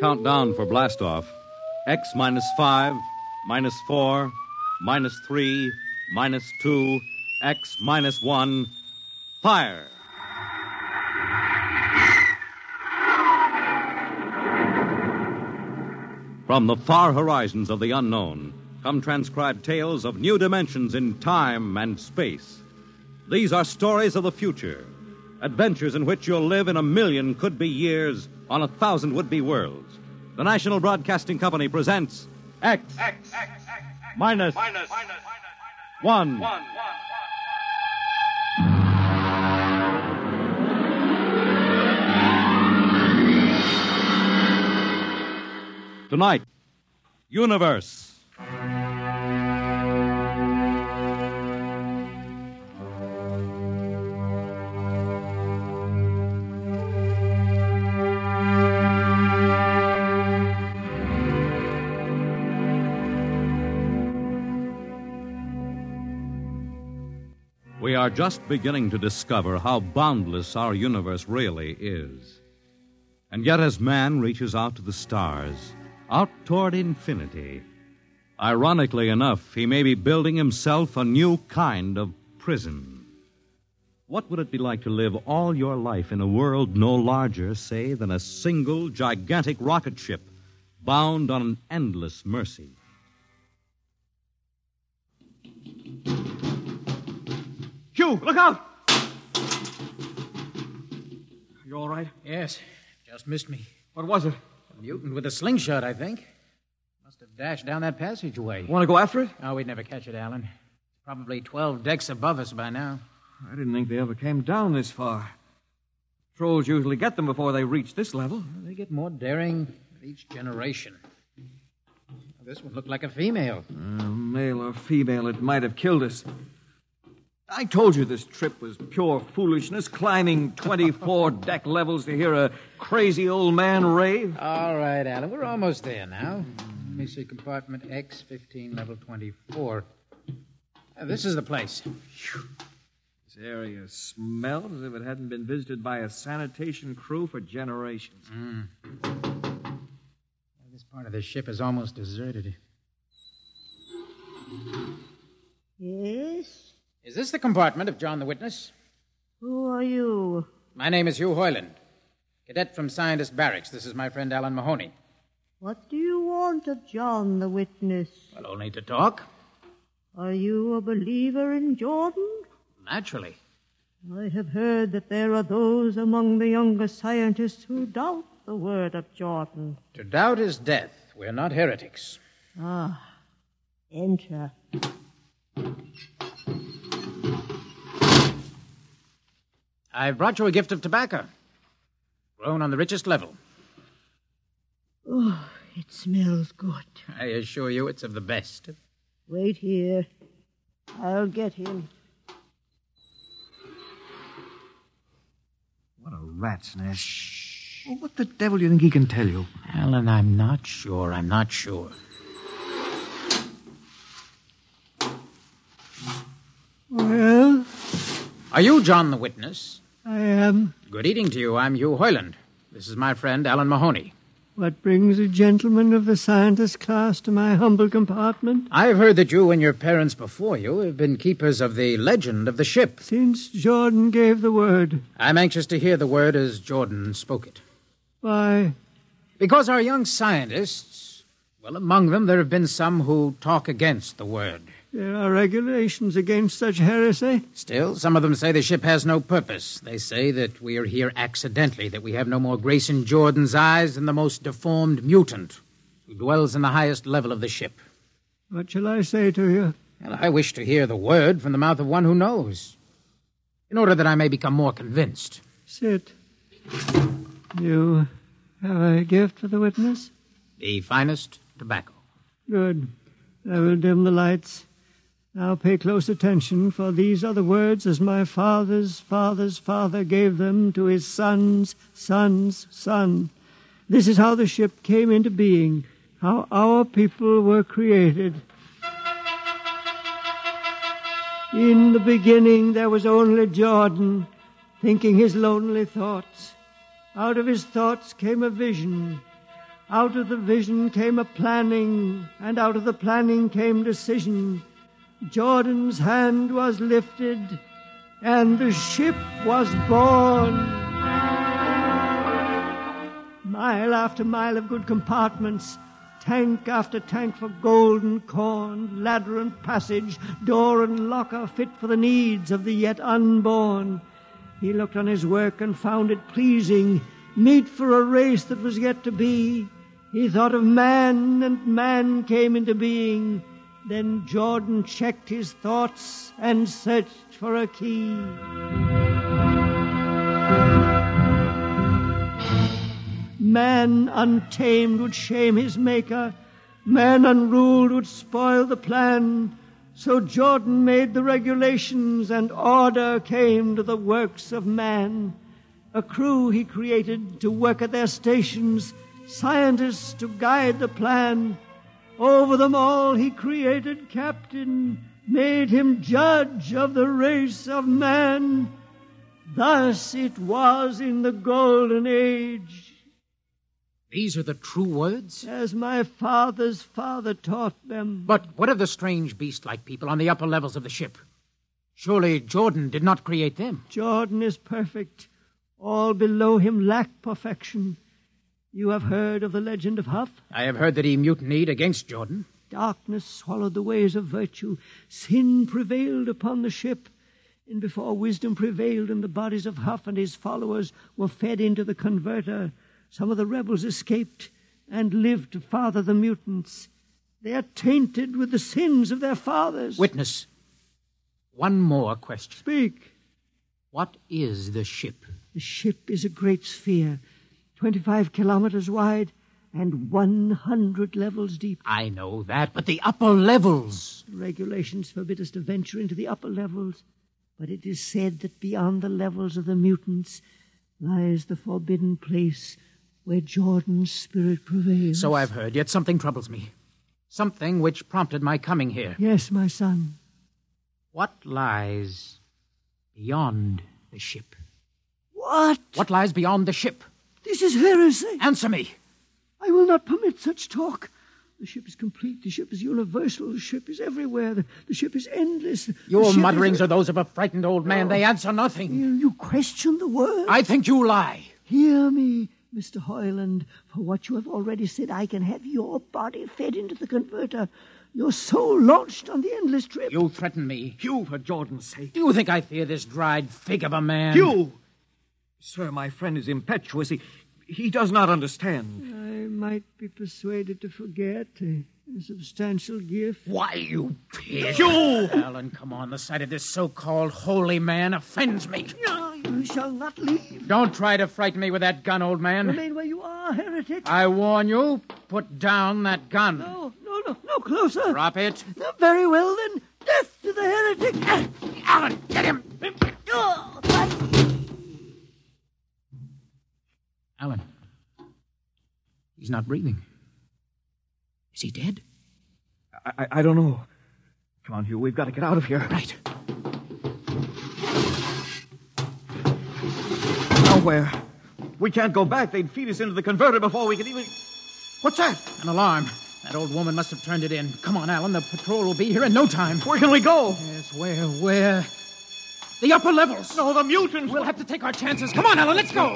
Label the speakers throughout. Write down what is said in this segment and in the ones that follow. Speaker 1: Countdown for blastoff. X minus five, minus four, minus three, minus two, X minus one. Fire! From the far horizons of the unknown come transcribed tales of new dimensions in time and space. These are stories of the future, adventures in which you'll live in a million could be years on a thousand would be worlds. The National Broadcasting Company presents X,
Speaker 2: X, X, X, X,
Speaker 1: Minus.
Speaker 2: minus, minus,
Speaker 1: One.
Speaker 2: one, one.
Speaker 1: Tonight, Universe. We are just beginning to discover how boundless our universe really is. And yet, as man reaches out to the stars, out toward infinity, ironically enough, he may be building himself a new kind of prison. What would it be like to live all your life in a world no larger, say, than a single gigantic rocket ship bound on an endless mercy?
Speaker 3: Hugh, look out! You all right?
Speaker 4: Yes, just missed me.
Speaker 3: What was it?
Speaker 4: A mutant with a slingshot, I think. Must have dashed down that passageway.
Speaker 3: Want to go after it?
Speaker 4: Oh, we'd never catch it, Alan. Probably 12 decks above us by now.
Speaker 3: I didn't think they ever came down this far. Trolls usually get them before they reach this level.
Speaker 4: They get more daring with each generation. This one looked like a female.
Speaker 3: Uh, male or female, it might have killed us. I told you this trip was pure foolishness, climbing 24 deck levels to hear a crazy old man rave.
Speaker 4: All right, Alan, we're almost there now. Let me see compartment X15, level 24. Uh, this is the place.
Speaker 3: This area smelled as if it hadn't been visited by a sanitation crew for generations.
Speaker 4: This part of the ship is almost deserted.
Speaker 5: Yes?
Speaker 4: Is this the compartment of John the Witness?
Speaker 5: Who are you?
Speaker 4: My name is Hugh Hoyland, cadet from Scientist Barracks. This is my friend Alan Mahoney.
Speaker 5: What do you want of John the Witness?
Speaker 4: Well, only to talk.
Speaker 5: Are you a believer in Jordan?
Speaker 4: Naturally.
Speaker 5: I have heard that there are those among the younger scientists who doubt the word of Jordan.
Speaker 4: To doubt is death. We're not heretics.
Speaker 5: Ah, enter.
Speaker 4: I've brought you a gift of tobacco, grown on the richest level.
Speaker 5: Oh, it smells good.
Speaker 4: I assure you it's of the best.
Speaker 5: Wait here. I'll get him.
Speaker 3: What a rat's nest. Well, what the devil do you think he can tell you?
Speaker 4: Alan, I'm not sure. I'm not sure.
Speaker 3: Well,
Speaker 4: Are you John the Witness?
Speaker 3: I am.
Speaker 4: Good evening to you. I'm Hugh Hoyland. This is my friend Alan Mahoney.
Speaker 6: What brings a gentleman of the scientist class to my humble compartment?
Speaker 4: I've heard that you and your parents before you have been keepers of the legend of the ship.
Speaker 6: Since Jordan gave the word,
Speaker 4: I'm anxious to hear the word as Jordan spoke it.
Speaker 6: why,
Speaker 4: Because our young scientists, well, among them, there have been some who talk against the word.
Speaker 6: there are regulations against such heresy.
Speaker 4: Still, some of them say the ship has no purpose. They say that we are here accidentally, that we have no more grace in Jordan's eyes than the most deformed mutant who dwells in the highest level of the ship.
Speaker 6: What shall I say to you?
Speaker 4: Well, I wish to hear the word from the mouth of one who knows, in order that I may become more convinced.
Speaker 6: Sit. You have a gift for the witness?
Speaker 4: The finest tobacco.
Speaker 6: Good. I will dim the lights. Now pay close attention, for these are the words as my father's father's father gave them to his son's son's son. This is how the ship came into being, how our people were created. In the beginning, there was only Jordan, thinking his lonely thoughts. Out of his thoughts came a vision, Out of the vision came a planning, and out of the planning came decision. Jordan's hand was lifted, and the ship was born. Mile after mile of good compartments, tank after tank for gold and corn, ladder and passage, door and locker fit for the needs of the yet unborn. He looked on his work and found it pleasing, meet for a race that was yet to be. He thought of man, and man came into being. Then Jordan checked his thoughts and searched for a key. Man untamed would shame his maker. Man unruled would spoil the plan. So Jordan made the regulations, and order came to the works of man. A crew he created to work at their stations, scientists to guide the plan. Over them all he created captain, made him judge of the race of man. Thus it was in the golden age.
Speaker 4: These are the true words?
Speaker 6: as my father's father taught them.
Speaker 4: But what of the strange beast like people on the upper levels of the ship? Surely Jordan did not create them.
Speaker 6: Jordan is perfect. All below him lack perfection. You have heard of the legend of Huff?
Speaker 4: I have heard that he mutinied against Jordan.
Speaker 6: Darkness swallowed the ways of virtue. Sin prevailed upon the ship. And before wisdom prevailed and the bodies of Huff and his followers were fed into the converter, some of the rebels escaped and lived to father the mutants. They are tainted with the sins of their fathers.
Speaker 4: Witness. One more question.
Speaker 6: Speak.
Speaker 4: What is the ship?
Speaker 6: The ship is a great sphere, 25 kilometers wide and 100 levels deep.
Speaker 4: I know that, but the upper levels.
Speaker 6: Regulations forbid us to venture into the upper levels, but it is said that beyond the levels of the mutants lies the forbidden place where Jordan's spirit prevails.
Speaker 4: So I've heard, yet something troubles me. Something which prompted my coming here.
Speaker 6: Yes, my son.
Speaker 4: What lies beyond the ship?
Speaker 6: What?
Speaker 4: What lies beyond the ship?
Speaker 6: This is heresy.
Speaker 4: Answer me.
Speaker 6: I will not permit such talk. The ship is complete. The ship is universal. The ship is everywhere. The, the ship is endless. The
Speaker 4: Your
Speaker 6: ship is-
Speaker 4: mutterings are those of a frightened old man. They answer nothing.
Speaker 6: You, you question the word.
Speaker 4: I think you lie.
Speaker 6: Hear me, Mr. Hoyland. For what you have already said, I can have your body fed into the converter, your soul launched on the endless trip.
Speaker 4: You threaten me.
Speaker 1: You, for Jordan's sake.
Speaker 4: Do you think I fear this dried fig of a man?
Speaker 1: You! Sir, my friend is impetuous. He, he does not understand.
Speaker 6: I might be persuaded to forget a, a substantial gift.
Speaker 4: Why, you pig! You! Alan, come on. The sight of this so-called holy man offends me.
Speaker 6: No, Oh, you shall not leave.
Speaker 4: Don't try to frighten me with that gun, old man.
Speaker 6: Remain where you are, heretic.
Speaker 4: I warn you, put down that gun.
Speaker 6: No, no, no, no closer.
Speaker 4: Drop it.
Speaker 6: No, very well, then. Death to the heretic. Ah,
Speaker 4: Alan, get him!
Speaker 6: oh, but-
Speaker 4: Alan. He's not breathing. Is he dead?
Speaker 1: I, I, I don't know. Come on, Hugh, we've got to get out of here.
Speaker 4: Right.
Speaker 1: Nowhere. We can't go back. They'd feed us into the converter before we could even. What's that?
Speaker 4: An alarm. That old woman must have turned it in. Come on, Alan. The patrol will be here in no time.
Speaker 1: Where can we go?
Speaker 4: Yes, where, where? The upper levels.
Speaker 1: No, the mutants.
Speaker 4: We'll have to take our chances. Come on, Alan, let's go.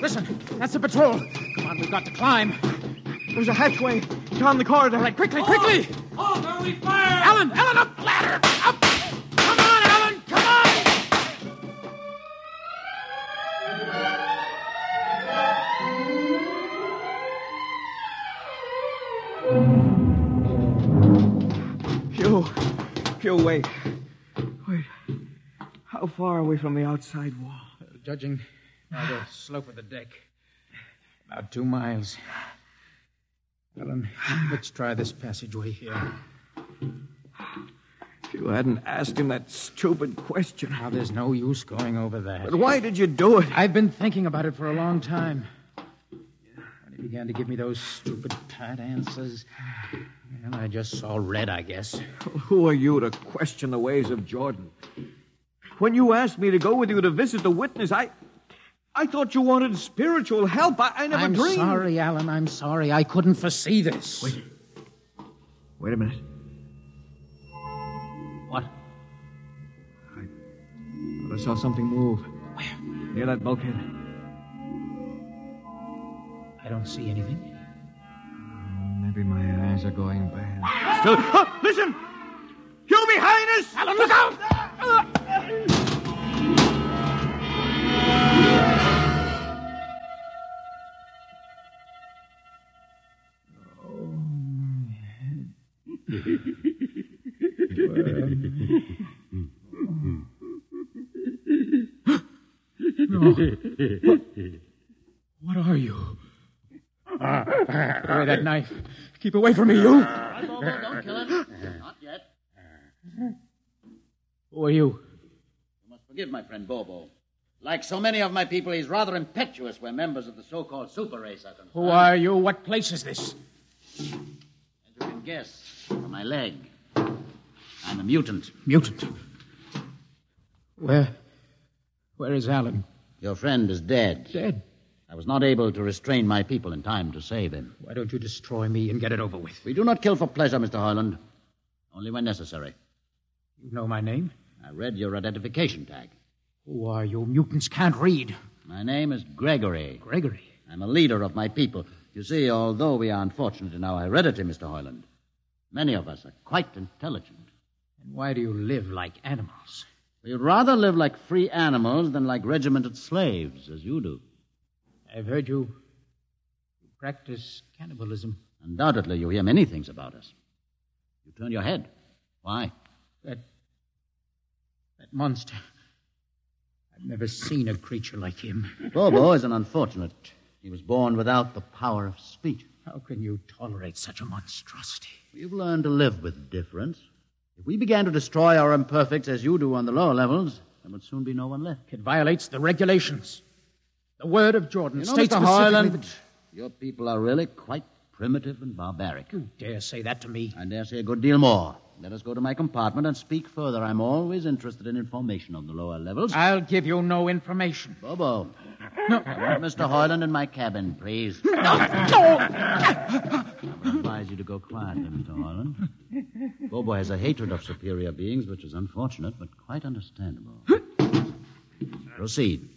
Speaker 4: Listen, that's the patrol. Come on, we've got to climb.
Speaker 1: There's a hatchway down the corridor.
Speaker 4: All right, quickly, quickly. Oh, there we fire. Alan, Alan, up ladder. Up. Come on, Alan, come on.
Speaker 1: Hugh. Hugh, wait. Wait. How far away from the outside wall?
Speaker 4: Judging by the slope of the deck, about two miles. Alan, let's try this passageway here.
Speaker 1: You hadn't asked him that stupid question.
Speaker 4: Now, there's no use going over that.
Speaker 1: But why did you do it?
Speaker 4: I've been thinking about it for a long time. When he began to give me those stupid, pat answers, well, I just saw red, I guess.
Speaker 1: Who are you to question the ways of Jordan? When you asked me to go with you to visit the witness, I.
Speaker 3: I thought you wanted spiritual help. I, I never
Speaker 4: I'm
Speaker 3: dreamed.
Speaker 4: sorry, Alan. I'm sorry. I couldn't foresee this. Wait.
Speaker 3: Wait a minute.
Speaker 4: What?
Speaker 3: I saw something move. Where? Near that bulkhead.
Speaker 4: I don't see anything.
Speaker 3: Maybe my eyes are going bad. Still, Ah, listen! You behind us! Alan, look out!
Speaker 4: What are you? Put away that knife. Keep away from me, you.
Speaker 6: Don't kill him. Not yet.
Speaker 4: Who are you?
Speaker 6: You must forgive my friend Bobo. Like so many of my people, he's rather impetuous where members of the so-called super race are concerned.
Speaker 4: Who are you? What place is this?
Speaker 6: As you can guess, from my leg, I'm a mutant.
Speaker 4: Mutant. Where? Where is Alan?
Speaker 6: Your friend is dead.
Speaker 4: Dead.
Speaker 6: I was not able to restrain my people in time to save him.
Speaker 4: Why don't you destroy me and get it over with?
Speaker 6: We do not kill for pleasure, Mr. Hoyland. Only when necessary.
Speaker 4: You know my name?
Speaker 6: I read your identification tag.
Speaker 4: Who are you? Mutants can't read.
Speaker 6: My name is Gregory.
Speaker 4: Gregory.
Speaker 6: I'm a leader of my people. You see, although we are unfortunate in our heredity, Mr. Hoyland, many of us are quite intelligent.
Speaker 4: And why do you live like animals?
Speaker 6: We'd rather live like free animals than like regimented slaves, as you do.
Speaker 4: I've heard you, you practice cannibalism.
Speaker 6: Undoubtedly, you hear many things about us. You turn your head. Why?
Speaker 4: That. that monster. I've never seen a creature like him.
Speaker 6: Bobo is an unfortunate. He was born without the power of speech.
Speaker 4: How can you tolerate such a monstrosity?
Speaker 6: We've learned to live with difference. If we began to destroy our imperfects as you do on the lower levels, there would soon be no one left.
Speaker 4: It violates the regulations. The word of Jordan
Speaker 6: You know,
Speaker 4: states
Speaker 6: Mr.
Speaker 4: specifically
Speaker 6: Hoyland,
Speaker 4: that-
Speaker 6: your people are really quite primitive and barbaric.
Speaker 4: You dare say that to me?
Speaker 6: I dare say a good deal more. Let us go to my compartment and speak further. I'm always interested in information on the lower levels.
Speaker 4: I'll give you no information.
Speaker 6: Bobo. I want Mr. Hoyland in my cabin, please. No, I would advise you to go quietly, Mr. Hoyland. Bobo has a hatred of superior beings, which is unfortunate, but quite understandable. Proceed.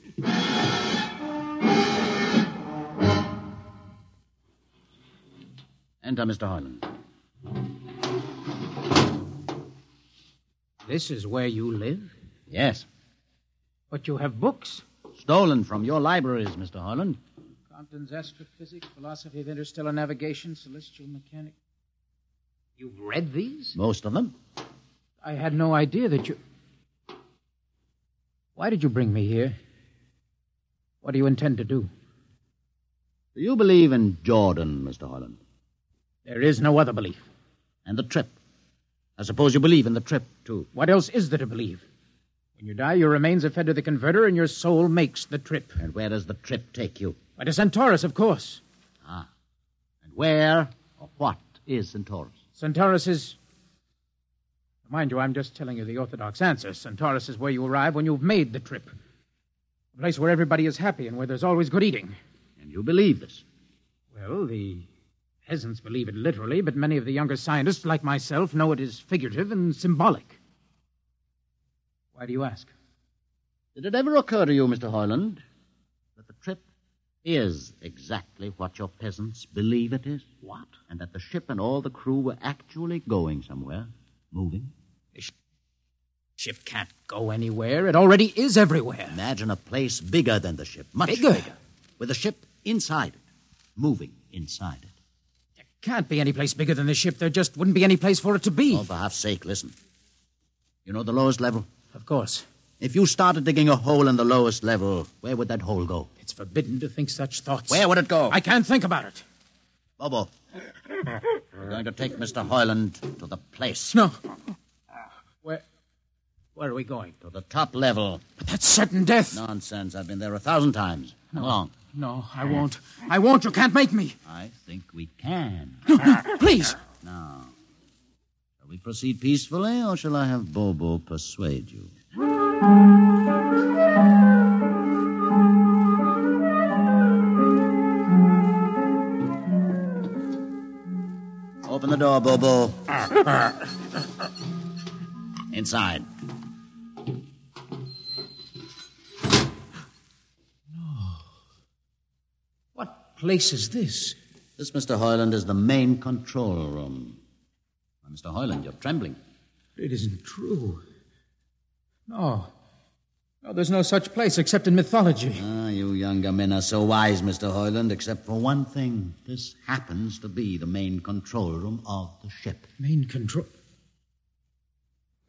Speaker 6: Enter, Mr. Hoyland.
Speaker 4: This is where you live?
Speaker 6: Yes.
Speaker 4: But you have books.
Speaker 6: Stolen from your libraries, Mr. Hoyland.
Speaker 4: Compton's Astrophysics, Philosophy of Interstellar Navigation, Celestial Mechanics. You've read these?
Speaker 6: Most of them.
Speaker 4: I had no idea that you. Why did you bring me here? What do you intend to do?
Speaker 6: Do you believe in Jordan, Mr. Hoyland?
Speaker 4: There is no other belief.
Speaker 6: And the trip. I suppose you believe in the trip, too.
Speaker 4: What else is there to believe? When you die, your remains are fed to the converter, and your soul makes the trip.
Speaker 6: And where does the trip take you?
Speaker 4: Why to Centaurus, of course.
Speaker 6: And where or what is Centaurus?
Speaker 4: Centaurus is. Mind you, I'm just telling you the orthodox answer. Centaurus is where you arrive when you've made the trip. A place where everybody is happy and where there's always good eating.
Speaker 6: And you believe this.
Speaker 4: Well, the peasants believe it literally, but many of the younger scientists, like myself, know it is figurative and symbolic. Why do you ask?
Speaker 6: Did it ever occur to you, Mr. Hoyland, that the trip is exactly what your peasants believe it is? What? And that the ship and all the crew were actually going somewhere, moving?
Speaker 4: Ship can't go anywhere. It already is everywhere.
Speaker 6: Imagine a place bigger than the ship, much
Speaker 4: Bigger?
Speaker 6: with the ship inside it, moving inside it.
Speaker 4: There can't be any place bigger than the ship. There just wouldn't be any place for it to be.
Speaker 6: Oh, for half's sake, listen. You know the lowest level?
Speaker 4: Of course.
Speaker 6: If you started digging a hole in the lowest level, where would that hole go?
Speaker 4: It's forbidden to think such thoughts.
Speaker 6: Where would it go?
Speaker 4: I can't think about it.
Speaker 6: Bobo. We're going to take Mr. Hoyland to the place.
Speaker 4: No. Where. Where are we going?
Speaker 6: To the top level.
Speaker 4: But that's certain death.
Speaker 6: Nonsense. I've been there a thousand times. Come along.
Speaker 4: no, I won't. I won't. You can't make me.
Speaker 6: I think we can.
Speaker 4: Please.
Speaker 6: Now, shall we proceed peacefully, or shall I have Bobo persuade you? the door, Bobo. Inside.
Speaker 4: What place is this?
Speaker 6: This, Mr. Hoyland, is the main control room. Why, Mr. Hoyland, you're trembling.
Speaker 4: It isn't true. No. No, there's no such place except in mythology.
Speaker 6: Ah, you younger men are so wise, Mr. Hoyland, except for one thing. This happens to be the main control room of the ship.
Speaker 4: Main control.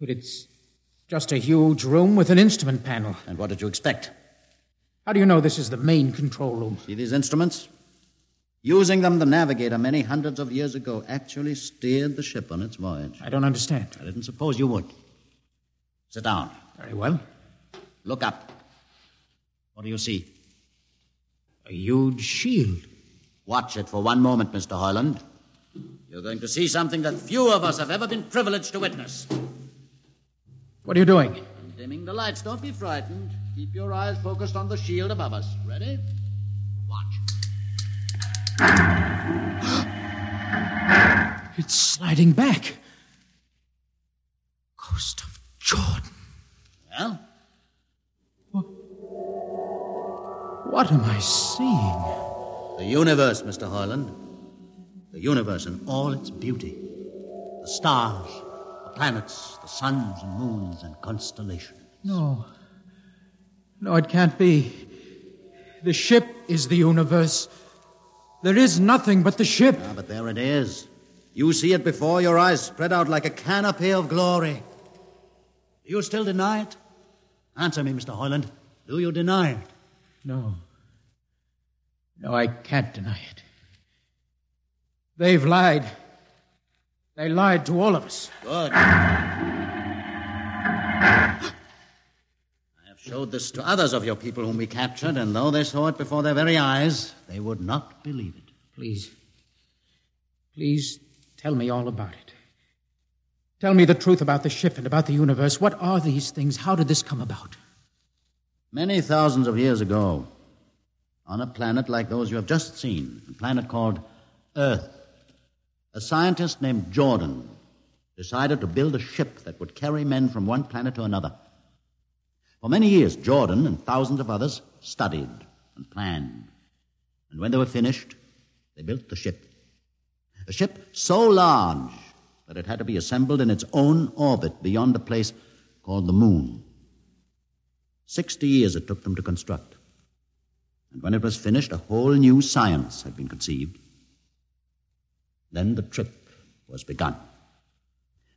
Speaker 4: But it's just a huge room with an instrument panel.
Speaker 6: And what did you expect?
Speaker 4: How do you know this is the main control room?
Speaker 6: See these instruments? Using them, the navigator many hundreds of years ago actually steered the ship on its voyage.
Speaker 4: I don't understand.
Speaker 6: I didn't suppose you would. Sit down.
Speaker 4: Very well.
Speaker 6: Look up. What do you see?
Speaker 4: A huge shield.
Speaker 6: Watch it for one moment, Mr. Hoyland. You're going to see something that few of us have ever been privileged to witness.
Speaker 4: What are you doing?
Speaker 6: I'm dimming the lights. Don't be frightened. Keep your eyes focused on the shield above us. Ready? Watch.
Speaker 4: It's sliding back. Ghost of Jordan.
Speaker 6: Well,
Speaker 4: What am I seeing?
Speaker 6: the universe, Mr. Hoyland. The universe in all its beauty. The stars, the planets, the suns and moons and constellations.
Speaker 4: No. No, it can't be. The ship is the universe. There is nothing but the ship.
Speaker 6: Ah, but there it is. You see it before your eyes, spread out like a canopy of glory. Do you still deny it? Answer me, Mr. Hoyland. Do you deny it?
Speaker 4: No. No, I can't deny it. They've lied. They lied to all of us.
Speaker 6: Good. I have showed this to others of your people whom we captured, and though they saw it before their very eyes, they would not believe it.
Speaker 4: Please. Please tell me all about it. Tell me the truth about the ship and about the universe. What are these things? How did this come about?
Speaker 6: Many thousands of years ago, on a planet like those you have just seen, a planet called Earth, a scientist named Jordan decided to build a ship that would carry men from one planet to another. For many years, Jordan and thousands of others studied and planned. And when they were finished, they built the ship. A ship so large that it had to be assembled in its own orbit beyond a place called the moon. Sixty years it took them to construct. And when it was finished, a whole new science had been conceived. Then the trip was begun.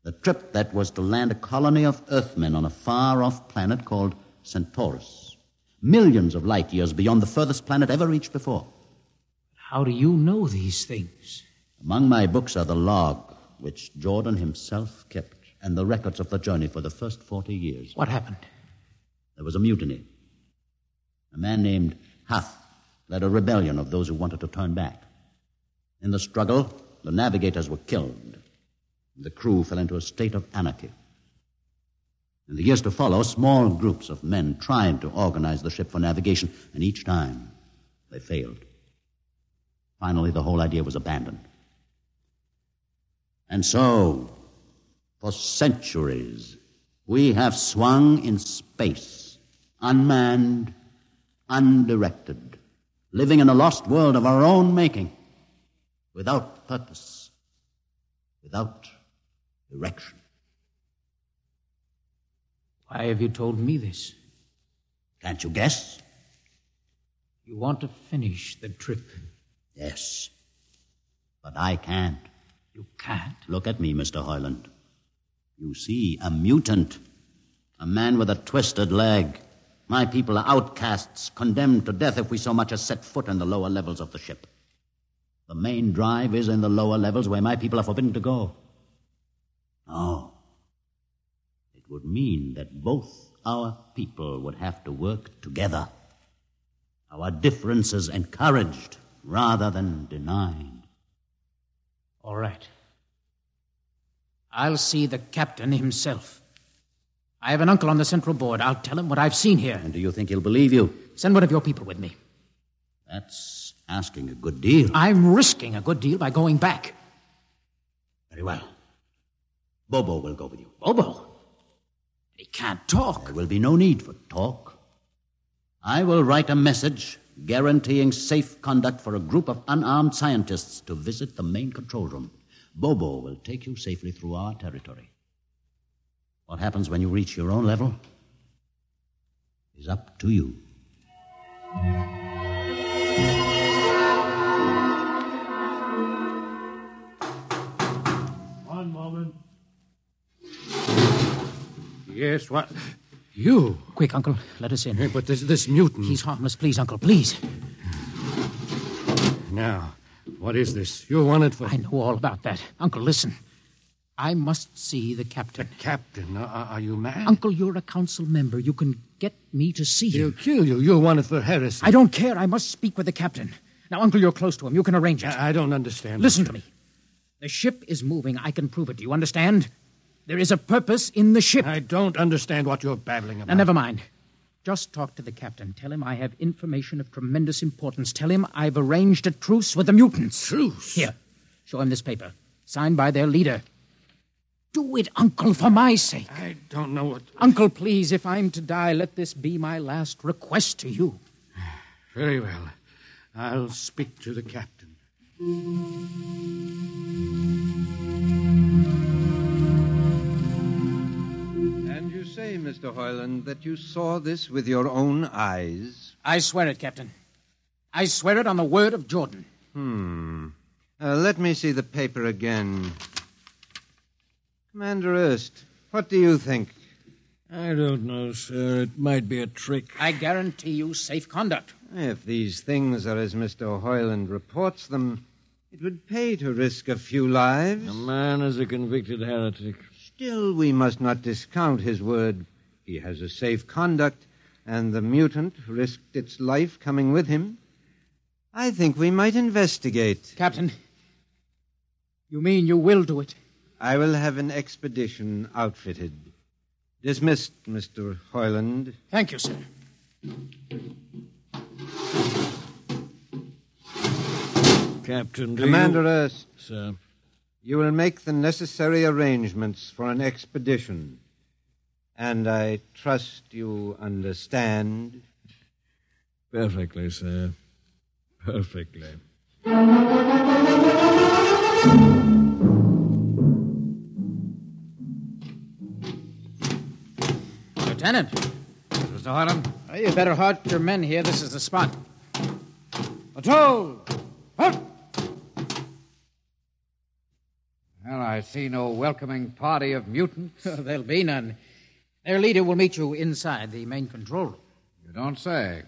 Speaker 6: The trip that was to land a colony of Earthmen on a far off planet called Centaurus, millions of light years beyond the furthest planet ever reached before.
Speaker 4: How do you know these things?
Speaker 6: Among my books are the log which Jordan himself kept and the records of the journey for the first 40 years.
Speaker 4: What happened?
Speaker 6: There was a mutiny. A man named Hath led a rebellion of those who wanted to turn back. In the struggle, the navigators were killed. The crew fell into a state of anarchy. In the years to follow, small groups of men tried to organize the ship for navigation, and each time they failed. Finally, the whole idea was abandoned. And so, for centuries, we have swung in space, unmanned, undirected, living in a lost world of our own making, without purpose, without direction.
Speaker 4: Why have you told me this?
Speaker 6: Can't you guess?
Speaker 4: You want to finish the trip.
Speaker 6: Yes. But I can't.
Speaker 4: You can't.
Speaker 6: Look at me, Mr. Hoyland. You see, a mutant. A man with a twisted leg. My people are outcasts, condemned to death if we so much as set foot in the lower levels of the ship. The main drive is in the lower levels where my people are forbidden to go. No. It would mean that both our people would have to work together. Our differences encouraged rather than denied.
Speaker 4: All right. I'll see the captain himself. I have an uncle on the central board. I'll tell him what I've seen here.
Speaker 6: And do you think he'll believe you?
Speaker 4: Send one of your people with me.
Speaker 6: That's asking a good deal.
Speaker 4: I'm risking a good deal by going back.
Speaker 6: Very well. Bobo will go with you.
Speaker 4: Bobo? He can't talk.
Speaker 6: There will be no need for talk. I will write a message guaranteeing safe conduct for a group of unarmed scientists to visit the main control room. Bobo will take you safely through our territory. What happens when you reach your own level is up to you.
Speaker 7: One moment.
Speaker 8: Yes, what? You?
Speaker 4: Quick, Uncle, let us in.
Speaker 8: But this, this mutant.
Speaker 4: He's harmless. Please, Uncle, please.
Speaker 8: Now, what is this? You wanted for.
Speaker 4: I know all about that. Uncle, listen. I must see the captain.
Speaker 8: Captain, are, are- are you mad?
Speaker 4: Uncle, you're a council member. You can get me to see
Speaker 8: He'll
Speaker 4: him.
Speaker 8: kill you. You wanted for heresy.
Speaker 4: I don't care. I must speak with the captain. Now, Uncle, you're close to him. You can arrange it.
Speaker 8: I, I don't understand.
Speaker 4: Listen to me. The ship is moving. I can prove it. Do you understand? There is a purpose in the ship.
Speaker 8: I don't understand what you're babbling
Speaker 4: Now,
Speaker 8: about.
Speaker 4: never mind. Just talk to the captain. Tell him I have information of tremendous importance. Tell him I've arranged a truce with the mutants.
Speaker 8: Truce?
Speaker 4: Here, show him this paper, signed by their leader. Do it, Uncle, for my sake.
Speaker 8: I don't know what.
Speaker 4: Uncle, please, if I'm to die, let this be my last request to you.
Speaker 8: Very well. I'll speak to the captain.
Speaker 9: And you say, Mr. Hoyland, that you saw this with your own eyes.
Speaker 4: I swear it, Captain. I swear it on the word of Jordan.
Speaker 9: Uh, let me see the paper again. Commander Erst, what do you think?
Speaker 10: I don't know, sir. It might be a trick.
Speaker 4: I guarantee you safe conduct.
Speaker 9: If these things are as Mr. Hoyland reports them, it would pay to risk a few lives.
Speaker 10: A man is a convicted heretic.
Speaker 9: Still, we must not discount his word. He has a safe conduct, and the mutant risked its life coming with him. I think we might investigate.
Speaker 4: Captain, you mean you will do it?
Speaker 9: I will have an expedition outfitted. Dismissed, Mr. Hoyland.
Speaker 4: Thank you, sir.
Speaker 10: Captain, do
Speaker 9: Commander
Speaker 10: you...
Speaker 9: Erst,
Speaker 10: Sir,
Speaker 9: you will make the necessary arrangements for an expedition. And I trust you understand.
Speaker 10: perfectly, sir. Perfectly.
Speaker 4: Lieutenant,
Speaker 11: Mr. Harlan?
Speaker 4: you better halt your men here. This is the spot. Patrol! Halt!
Speaker 1: Well, I see no welcoming party of mutants.
Speaker 4: There'll be none. Their leader will meet you inside the main control room,
Speaker 1: you don't say.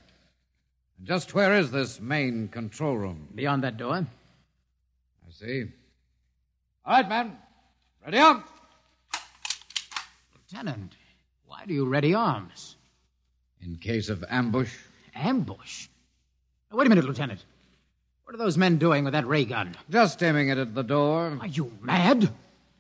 Speaker 1: And Just where is this main control room?
Speaker 4: beyond that door.
Speaker 1: I see. All right, men. Ready up.
Speaker 4: Lieutenant, why do you ready arms?
Speaker 1: In case of ambush,
Speaker 4: Ambush? Now, wait a minute, Lieutenant. What are those men doing with that ray gun?
Speaker 1: just aiming it at the door.
Speaker 4: Are you mad?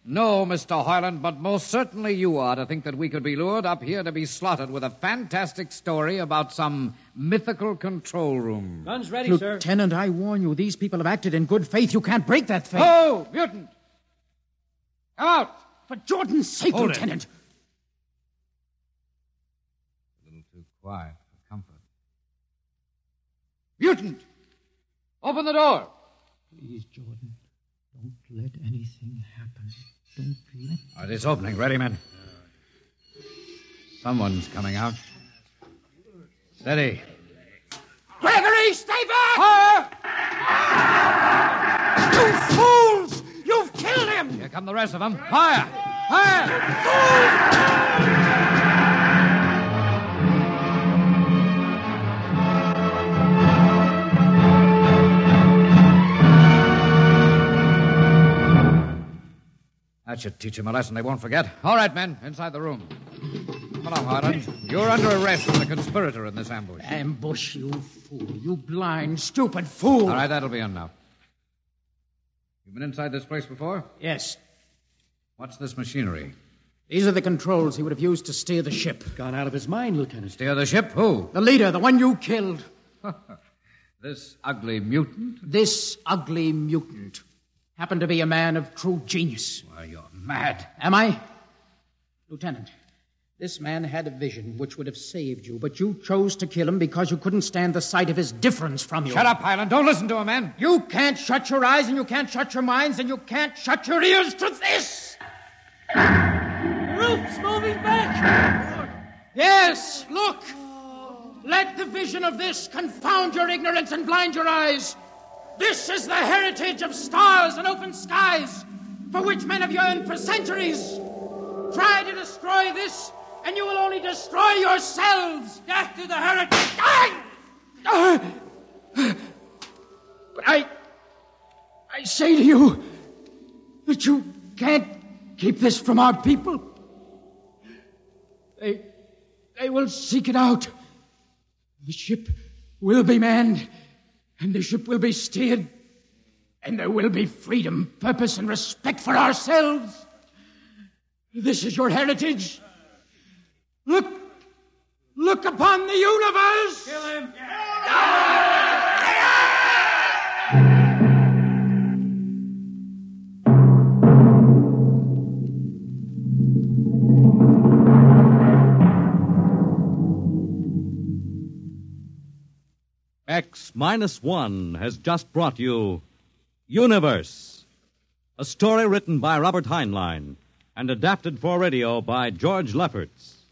Speaker 1: No, Mr. Hoyland, but most certainly you are to think that we could be lured up here to be slaughtered with a fantastic story about some mythical control room.
Speaker 10: Guns ready,
Speaker 4: Lieutenant, I warn you, these people have acted in good faith. You can't break that faith.
Speaker 1: Oh, mutant! Come out!
Speaker 4: For Jordan's sake,
Speaker 10: Hold it.
Speaker 4: Lieutenant.
Speaker 1: A little too quiet for comfort. Mutant! Open the door!
Speaker 4: Please, Jordan, don't let anything happen. Don't let.
Speaker 1: It is opening. Ready, men. Someone's coming out. Steady.
Speaker 4: Gregory, stay back! You fools! You've killed him!
Speaker 1: Here come the rest of them. Fire! Fire! That should teach them a lesson they won't forget. All right, men, inside the room. Come along, Harlan. You're under arrest for the conspirator in this ambush.
Speaker 4: Ambush, you fool. You blind, stupid fool.
Speaker 1: All right, that'll be enough. You've been inside this place before?
Speaker 4: Yes.
Speaker 1: What's this machinery?
Speaker 4: These are the controls he would have used to steer the ship.
Speaker 8: Gone out of his mind, Lieutenant.
Speaker 1: Steer the ship? Who?
Speaker 4: The leader, the one you killed.
Speaker 1: This ugly mutant?
Speaker 4: This ugly mutant. Happen to be a man of true genius.
Speaker 12: Why, you're mad.
Speaker 4: Am I? Lieutenant, this man had a vision which would have saved you, but you chose to kill him because you couldn't stand the sight of his difference from you.
Speaker 12: Shut up, Highland. Don't listen to him, man.
Speaker 4: You can't shut your eyes, and you can't shut your minds, and you can't shut your ears to this!
Speaker 13: Roof's moving back!
Speaker 4: Yes, look! Let the vision of this confound your ignorance and blind your eyes! This is the heritage of stars and open skies, for which men have yearned for centuries! Try to destroy this, and you will only destroy yourselves! Death to the heritage! Ah! Ah! But I. I say to you that you can't keep this from our people. They. they will seek it out. The ship will be manned, and the ship will be steered, and there will be freedom, purpose, and respect for ourselves. This is your heritage. Look. Look upon the universe! Kill him!
Speaker 1: X minus one has just brought you Universe, a story written by Robert Heinlein and adapted for radio by George Lefferts.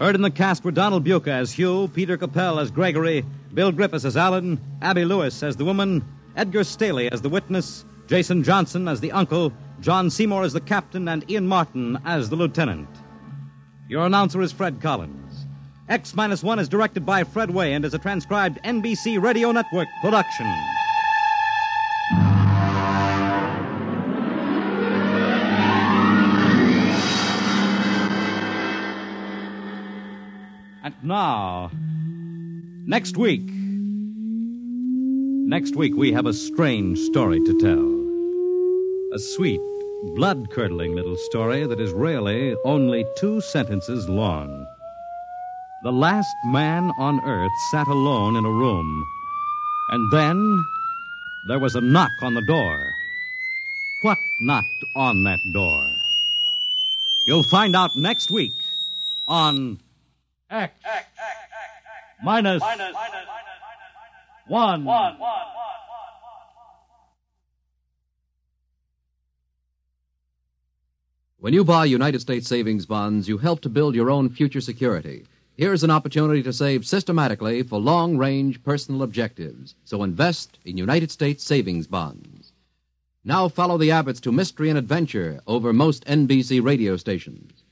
Speaker 1: Heard in the cast were Donald Buca as Hugh, Peter Capell as Gregory, Bill Griffiths as Alan, Abby Lewis as the woman, Edgar Staley as the witness, Jason Johnson as the uncle, John Seymour as the captain, and Ian Martin as the lieutenant. Your announcer is Fred Collins. X minus one is directed by Fred Way and is a transcribed NBC Radio Network production. And now, next week. Next week, we have a strange story to tell. A sweet, blood curdling little story that is really only two sentences long. The last man on earth sat alone in a room. And then there was a knock on the door. What knocked on that door? You'll find out next week on X minus one.
Speaker 14: When you buy United States savings bonds, you help to build your own future security. Here's an opportunity to save systematically for long range personal objectives. So invest in United States savings bonds. Now follow the Abbots to mystery and adventure over most NBC radio stations.